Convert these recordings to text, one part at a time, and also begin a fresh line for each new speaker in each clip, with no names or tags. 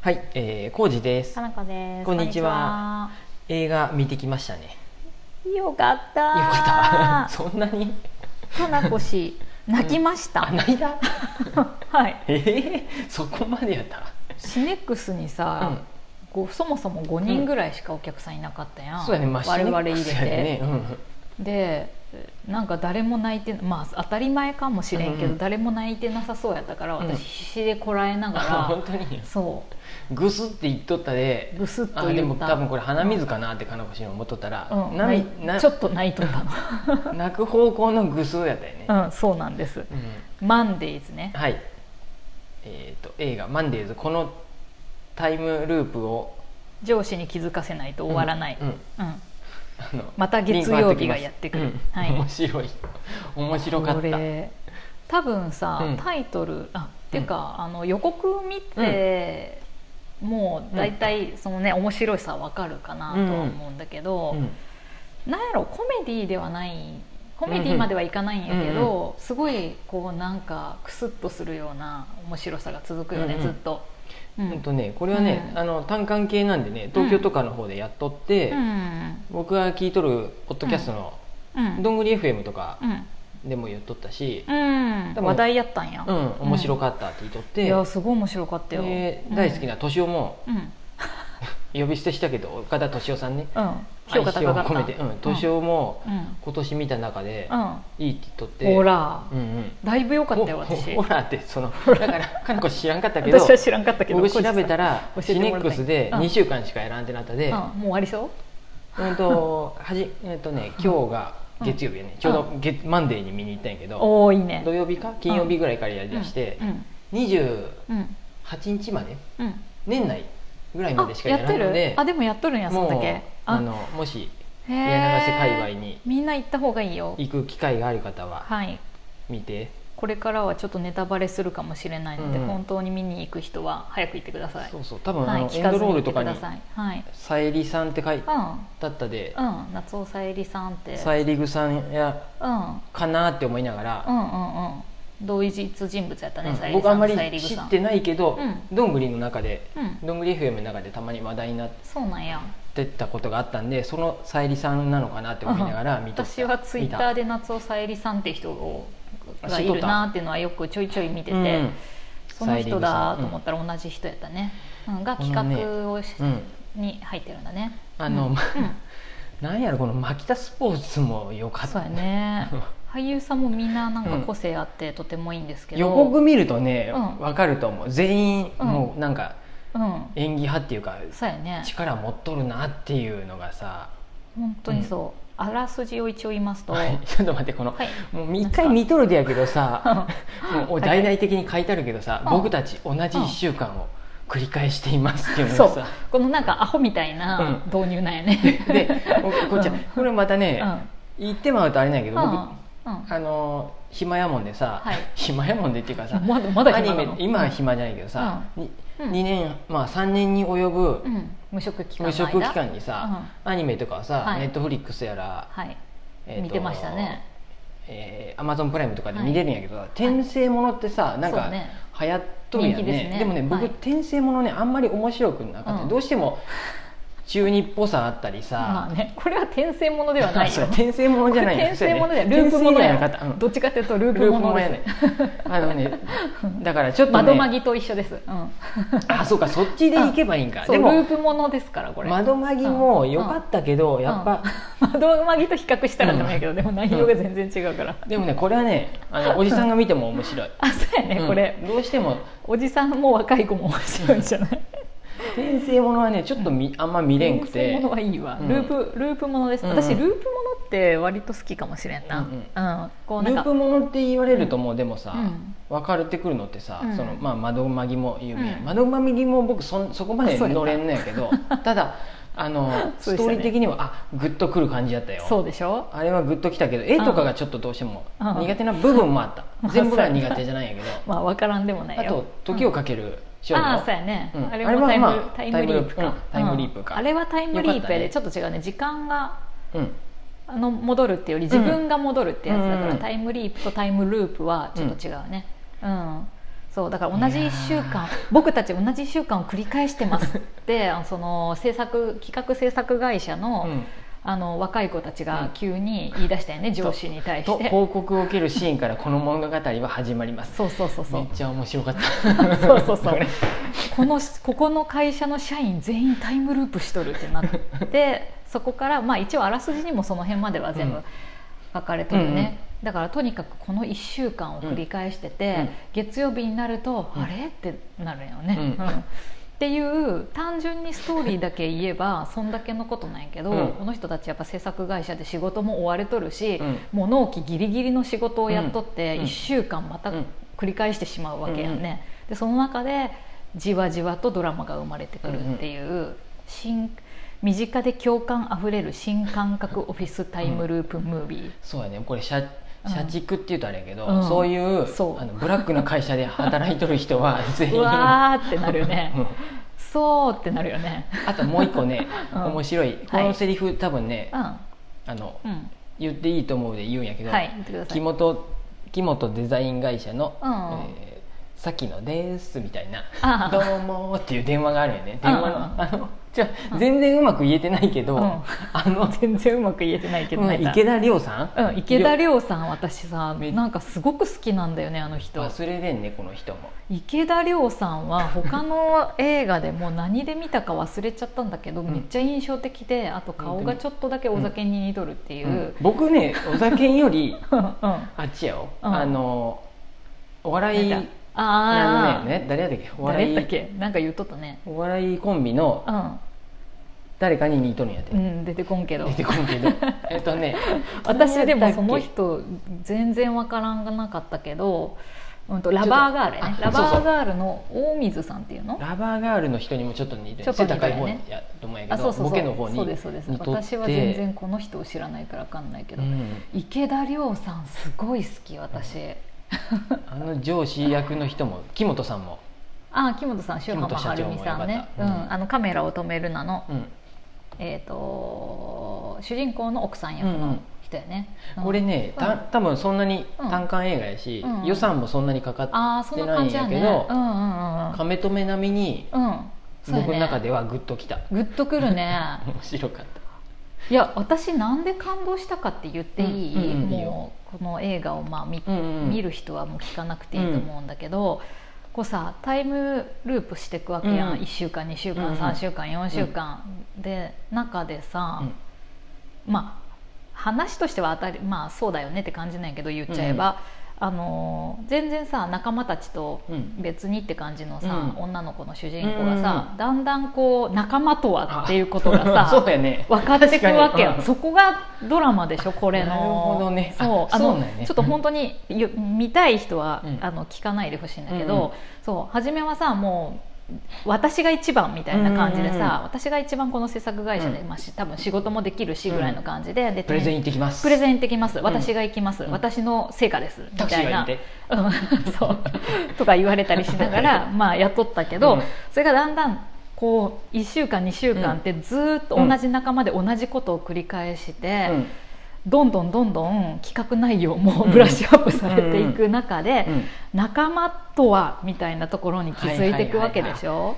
はい、えー、コウジです
か。なこです。
こんにちは映画見てきましたね。よ
こんにちは。よかった。よ
かった。 そんなに
た。かなこ 氏、泣きました
あ、。泣いた
はい。
えー、そこまでやった
シネックスにさ、こうそもそも5人ぐらいしかお客さんいなかったやん。
そうやね、まあ、
我々入れ
シネックスやでね
て。。
うん
で、なんか誰も泣いて、まあ当たり前かもしれん
うん
け
う
ど、
ん
誰も泣いてなさそうやったから、
うん
私必死でこらえなが
あ本
ら、
当に
そ
グスって言っとった
う、
で
ぐすっと
あで
言
も
った。
多分これ鼻水かなって金子氏に思っとったら、
うん、
な
泣
み
い
な
ちょっと泣いとった
泣く方向のグスやったよね、
の。うん、そうなんです。
う
マンデーズね
ん。はいえっ、と映画「マンデーズ」このタイムループを
上司に気づかせないと終わらない、
うんうん
うん
あの
また月曜日がやってくる
リンク貼っ
は
て
い
きますうん面白い面白かっ
こ
た
れ多分さ、
うん
タイトルあっていうか、あの予告見て、もう大体そのね面白さわかるかなとは思うんだけ
う
ど、
ん
なんやろコメディではないコメディまではいかないんやけど、すごいこうなんかクスッとするような面白さが続くよね、
うんうん
ずっと。うん
ほんとねこれはね、
うん
あの単館系なんでね東京とかの方でやっとって、
うん
僕が聞いとるポッドキャストの、
うん
どんぐり FM とか
うん
でも言っとったし、
うん
でも
話題やったんや、
うん面白かったって言っとっ
い
て、
やすごい面白かったよ、
で
うん
大好きな敏夫も
うん、
呼び捨てしたけど岡田敏夫さんね
うん、評価高かった
愛めてうん敏夫も
うん、
今年見た中で
うん
いいって言っとって、
ほら
うんうん
だいぶ良かったよ
ほ
私
ほらってそ のだからかの子知らんかったけど
私は知らんかったけど
僕調べたら
小路さ
シ
ん教えて
ネ
も
ッ
らった
クスで
うん
2週間しかやらんってなった
う
で、
ん、もう終わりそう
うんとはじえっとね今日が月曜日やね、ちょうど月マンデーに見に行ったんやけど、
おおいいね
土曜日か金曜日ぐらいからやりだして
う、ん
28
うん
日まで
うん、
年内ぐらいま
あ
でしかや
やっ
らな
て
いの
る
で
あでもやっとるんやそんだ
もう
け
あ
あ
のもし
へ
柳
ー
瀬界隈に
みんな行った方がいいよ
行く機会がある方は
はい
見て、
これからはちょっとネタバレするかもしれないので、
うん
本当に見に行く人は早く行ってください
そうそう多分あ
はい
の、
聞
エン
か
ド
ず
ロール
に行っ
と
て
か
く
に
ださいはい
「さえりさん」って書いて
うん
あったで
うん、夏尾さゆりさんって、
さえりぐさんや
うん、うん
かなって思いながら、
うんうん同一人物やったね、
うん
さゆり
僕あ
さ
ん
ん
ま
と
り
さゆりぐ
知
さ
っ
ん
てないけど、
う
どんぐりの中で、
うん
どんぐり FM の中でたまに話題になっ
そうなんや
てたことがあったんでそのさえりさんなのかなって思いながら見とった
私はツイッター
で
で夏尾さゆりさんって人を
あ
がい
知っとっ
る
た
なっていうのはよくちょいちょい見てて、その人だと思ったら同じ人やったね、うん、が企画をし、
うん、うん
に入ってるんだね
あの
うんうん
なんやろこの牧田スポーツもよかっ
そう
た
やね俳優さんもみんななんか個性あってとてもいいんですけ ど
予告見るとね、
うん
わかると思う全員
うん
もうなんか
うん
演技派っていうか、
そうやね
力持っとるなっていうのがさ、
本当にそう、あらすじを一応言いますと、
はい ちょっと待ってこの、
はい
もう一回見とるでやけど さもう大々的に書いてあるけどさ、
うん
僕たち同じ1週間を繰り返していますっていうの
そ
が
う
さ、
このなんかアホみたいな
うん
導入なんやね、
でここっちは
うん
これまた
うん
ね、言ってまうとあれなんやけど、
うん
僕あの暇やもんでさ、
はい
暇やもんでっていうかさ、
うんまだまだ
ア
暇
ニ
なの
メ今は暇じゃないけどさ、に
うん
2年まあ3年に及ぶ
うん無職期間の
無
間
職期間にさ、アニメとかはさ、
はい
ネットフリックスやら、
はい、
えーと
見てましたね
えー、Amazon プライムとかで見れるんやけど、転生ものってさ、なん
そ
か
うね
流行っとるやん
人
ね
気ですね
もね僕、
はい
転生ものねあんまり面白くなかった、
うん
どうしても中二っぽさあったり
ま
さ、
あねこれは転生ものでは ない
そう
よ
転生ものじゃないよ
転生もので
そうやね
ループもの
転生じゃ
や
なかった、うん
どっちかというとルー
ル
プ
ー
も
プも
の
の
で
や
す、
ねあのね だからちょっと、ね、
窓まぎと一緒です、うん、
あそうかそっちで行けばいいんか、
そ
で
うル
も
ープものですからこれ
窓まぎも良かったけど、
うん
やっぱ、
うん窓まぎと比較したらダメやけど、でも内容が全然違うから、
でもねこれはねあのおじさんが見ても面白い、
あそうやね、
うん
これ
どうしても
おじさんも若い子も面白いんじゃない
転生ものはねちょっとみ、あんま見れんくて
転生ものはいいわ、
うん
ループループものです、
うんうん
私ループものって割と好きかもしれんな、
う
うんん
うん
こう
ル
な
ー
んか
プものって言われるともうでもさ、
うん
分かれてくるのってさ、
うん
そのまあ、窓まぎも有名や、
うん
窓まぎも僕そんそこまで
あそうやった
乗れんのやけ どただあの、
そ
ス
うでし
ト
たね
ーリー的にはあグッとくる感じやったよ
そうでしょ
あれはグッときたけど絵とかがちょっとどうしても
うん
苦手な部分もあった、
うん
全部が苦手じゃないんや けど、
まあ分からんでもない
あ
よ
と「時をかける少女」
ああそうやね、
うん
あれ
あれは
もタイム,、
まあ
タイムリープか
タイムリープか
うんあれはタイムリープやで、
よ
ちょっと違うね時間が
うん
あの戻るっていうより自分が戻るってやつだから、
うん
タイムリープとタイムループはちょっと違うねうん、そうだから同じ1週間僕たち同じ1週間を繰り返してますってあのその制作企画制作会社の,、
うん
あの若い子たちが急に言い出したよね、上司に対
と
して
報告を受けるシーンからこの物語は始まります
そうそうそうそ
め
う
っちゃ面白かった
そうそうそう
これ
このここの会社の社員全員タイムループしとるってなって そこから、まあ、一応あらすじにもその辺までは全
う
部
ん
書かれてるね、だからとにかくこの1週間を繰り返してて、
うん
月曜日になると、
うん
あれってなるよね、
うん
うんっていう単純にストーリーだけ言えばそんだけのことなんやけど、
うん
この人たちやっぱ制作会社で仕事も追われとるし、
うん
もう納期ギリギリの仕事をやっとって
うん
1週間また
うん
繰り返してしまうわけやんね、でその中でじわじわとドラマが生まれてくるっていう、新身近で共感あふれる新感覚オフィスタイムループムービー、
そうやねこれ社社畜っていうとあれやけど、
うん
そういう
そう
あのブラックな会社で働いとる人 は全員
うわーってなるよね、
うん
そうってなるよね
あともう一個ね、
うん
面白いこのセリフ多分ね、
うん
あの
うん
言っていいと思うで言うんやけど、
はい言ってくださ
木
い
本木本デザイン会社の、
うん
えーさっきのですみたいな
ああ
どうも」っていう電話があるよね電話
うんうんう
の
ん
あのちょ全然うまく言えてないけど、
うん
あの
全然うまく言えてないけど、
うん
なんか
池田亮さん、
うん、池田亮さん私さ
め
なんかすごく好きなんだよねあの人
忘れれんねこの人も
池田亮さんは他の映画でもう何で見たか忘れちゃったんだけど、
ん
めっちゃ印象的であと顔がちょっとだけお酒に似とるっていう、
う
うん
ん僕ねお酒より
うんあ
あっちやよ、
うん
あのお笑い
なんか
あ
あ、
のね誰やったっけお
誰
笑
だっ
い
けなんか言っとったね
お笑いコンビの
うん、
誰かに似とるんやって、
うん、出てこんけど
出てこん けどえっとね
私でもその
誰やったっけ
人全然わからんがなかったけど、うん、とラバーガールね
ちょ
ラ
っとあそうそう
バーガールの大水さんっていうの
ラバーガールの人にもちょっと似て
ちょ
る
っと
背
似てる
高い方
ね
やと思うんやけ
あ
ど
そうそうそう
ボケの方に
そうですそうです
似とって
私は全然この人を知らないからわかんないけ
う
ど、
ん
池田亮さんすごい好き私、
あの上司役の人も木本さんも、
ああ木本さん塩浜
木本社
晴
長も
美さん
よ
ね
かっ、
う
た
ん
うん
あのカメラを止めるなの、
うん
えー、と主人公の奥さん役
うんう
の
ん
人やね、うん
これね、た
うん
多分そんなに
うん
単館映画やし、
うん
予算もそんなにかか
ああ
っ
そ
て
ん
な
な
い
感
ん
じや
や
ね
け
う
ど、
んうんうんうん
亀止め並みに
うんそうや
僕の中
ね
ではグッときた、
グッとくるね
面白かった
いや私なんで感動したかって言っていい、
うんうんうんいいよ
もうこの映画をまあ見
うんうん
見る人はもう聞かなくていいと思うんだけど、こうさタイムループしていくわけやん、
うん
1週間2週
うんう
間
ん
3週間4週間、で中でさ、
うん
まあ話としては当たりまあそうだよねって感じなんやけど言っちゃえば、あのー全然さ仲間たちと
うん
別にって感じのさ、
うん
女の子の主人公がさ、
うん
だんだんこう仲間とはっていうことがさ
そうやね
分かっていくわけや
確かにうん
んそこがドラマでしょこれの
なるほどね
そう
あ
あの
そうなんやね
ちょっと本当によ見たい人は、
うん
あの聞かないでほしいんだけ
うんう
ど、
ん
そう初めはさもう私が一番みたいな感じでさ、
うんうんうん
私が一番この制作会社で、
うん
まあ、し多分仕事もできるしぐらいの感じで,、で
プレゼン行ってきます
プレゼ
ン
ン行ってきます私が行きます、
うん
私の成果ですみ
タクシ
た
ー
い
が
な、
いて
うん、そうとか言われたりしな がらまあ雇ったけど、
うん
それがだんだんこう1週間2週間ってずーっと同じ仲間で同じことを繰り返して、
うん
どんどんどんどん企画内容もブラッシュアップされていく中で、
うん
仲間とはみたいなところに気づいていくわけでしょ。
も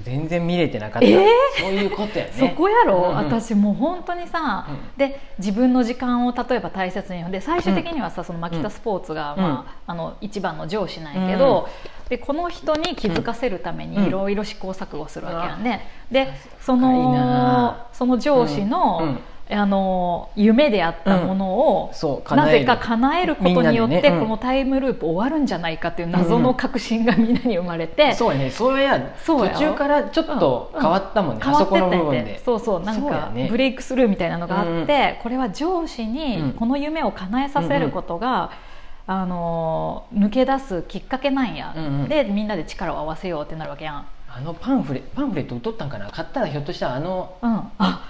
う全然見れてなかった、
えー
そういうことやね
そこやろ、
うんうん
私もう本当にさ、
うん
で自分の時間を例えば大切にで最終的にはさ、そのマキタスポーツが、
うん
まあ、あの一番の上司なんやけど、でこの人に気づかせるため
うん
にいろいろ試行錯誤するわけやね、で
っ
そ
かいい
の
な
その上司の,、
うん
あの夢であったものを、
そう
な
叶え
ぜ
る
か叶えることによって、
みんなでねうん
このタイムループ終わるんじゃないかっていう謎の確信がみんなに生まれて、
そうやねそれや
そうやろ
途中からちょっと変わったもんね、
変
あ
わ
そ
って
この
った
部
ん
分
で
で
そうそうなん
そうや
か
ね
ブレイクスルーみたいなのがあって、これは上司
うん
にこの夢を叶えさせることが、あのー抜け出すきっかけなんや、
うんうん
でみんなで力を合わせようってなるわけやん、うん、
あのパンフレパンフレット売っとったんかな買ったらひょっとしたらあの
あ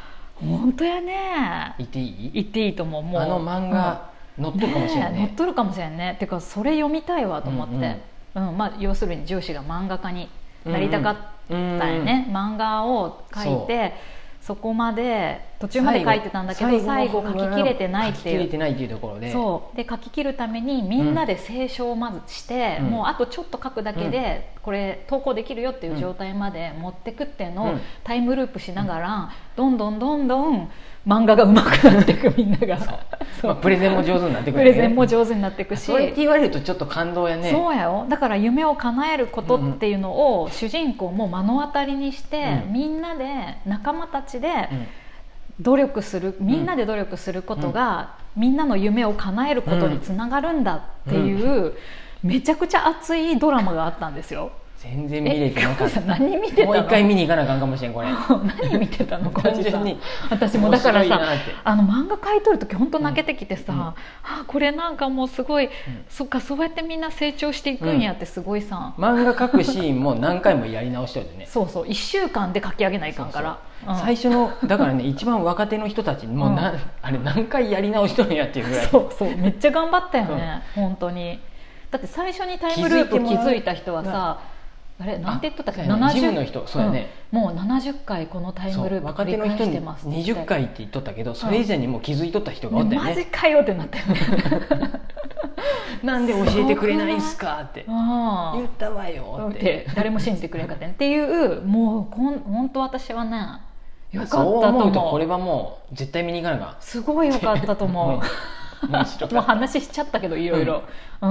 本当やね
言っていい
言っていいと思うもう
あの漫画載っ
うん
とるかもしれない
ねえ載っとるかもしれんねてかそれ読みたいわと思って、
う
うんん
うん
まあ、要するに上司が漫画家になりたかった
うんうん
だよね、漫画を描いてそこまで途中まで書いてたんだけど最後書ききれてないって
書きき
い
れ
う
てないっていうところで
そうで書き切るためにみんなで清書をまずして、
うん
もうあとちょっと書くだけで、これ投稿できるよっていう状態まで持ってくっていうのを、
うん
タイムループしながら、どんどんどんどん漫画が上手くなっていくみんなが
そう
そう
まあプレゼンも上手になってく
プ
るよね
レゼンも上手になっていくし
それって言われるとちょっと感動やね
そうやよだから夢を叶えることっていうのを主人公も目の当たりにして、
うん
みんなで仲間たちで、
うん
努力するみんなで努力することが、みんなの夢を叶えることにつながるんだっていう、めちゃくちゃ熱いドラマがあったんですよ。
全然見れてなか
えかお
っ
じさ
た
ん何見てたの
もう一回見に行かなあかんかもしれんこれ
何見てたのこ
単純に
私もだから
面白いな
さ
って
あの漫画描いとる時本当泣けてきてさ、
うんうん
あこれなんかもうすごい、そっかそうやってみんな成長していくんやってすごいさ、
漫画描くシーンも何回もやり直してるね
そうそう1週間で描き上げないかんから。うん
最初のだからね一番若手の人たちもうな、
うん
あれ何回やり直しとるんやっていうぐらい
そうそうめっちゃ頑張ったよね、本当にだって最初にタイムループ気
気づいてもらう
づいた人はさあれなんて言っとったっけ
そうやね
70
ジムの人そうやね、
うんもう70回このタイ
そ
ムル
う
ープ
若
繰
手
り
の
返
人
して
に
ますって
20回って言っとったけどそれ以前にもう気づいとった人がおった
ね
よ
マジ
ね、
かよってなったよね
なんで教えてくれないんすかって
あ
言ったわよ
あ
っ
ってて誰も信じてくれなかったねっていうもうこん本当私はねよかった
そ
と
う
思
思
う
うとこれはもう絶対見に行かな あか
すごいよかったと思う
ん面白
も
かっ
う
た
話しちゃったけどいろいろうん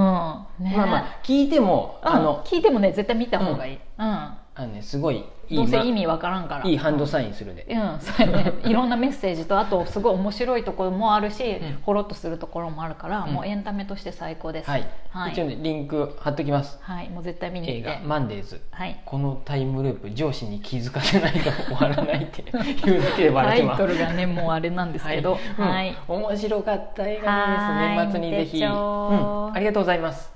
ね
まあまあ聞いても
うん
あの
聞いてもね絶対見た方がいい、うん
あの、ね、すごいいい,、
どうせ
ま
意味わからんから
いいハンドサインするで、
うんそうやねいろんなメッセージとあとすごい面白いところもあるし、
ん
ほろっとするところもあるから、
うん
もうエンタメとして最高です
はい、
はい
一応ねリンク貼っときます
はいもう絶対見に行
映
って
画「マンデーズ」
はい
このタイムループ上司に気づかせないと終わらないって いうだけで
タ
笑って
イ
ます
トルがねもうあれなんですけどはい、
うん面白かった映画です
はーい
年末にぜひ、
見てちょう
うんありがとうございます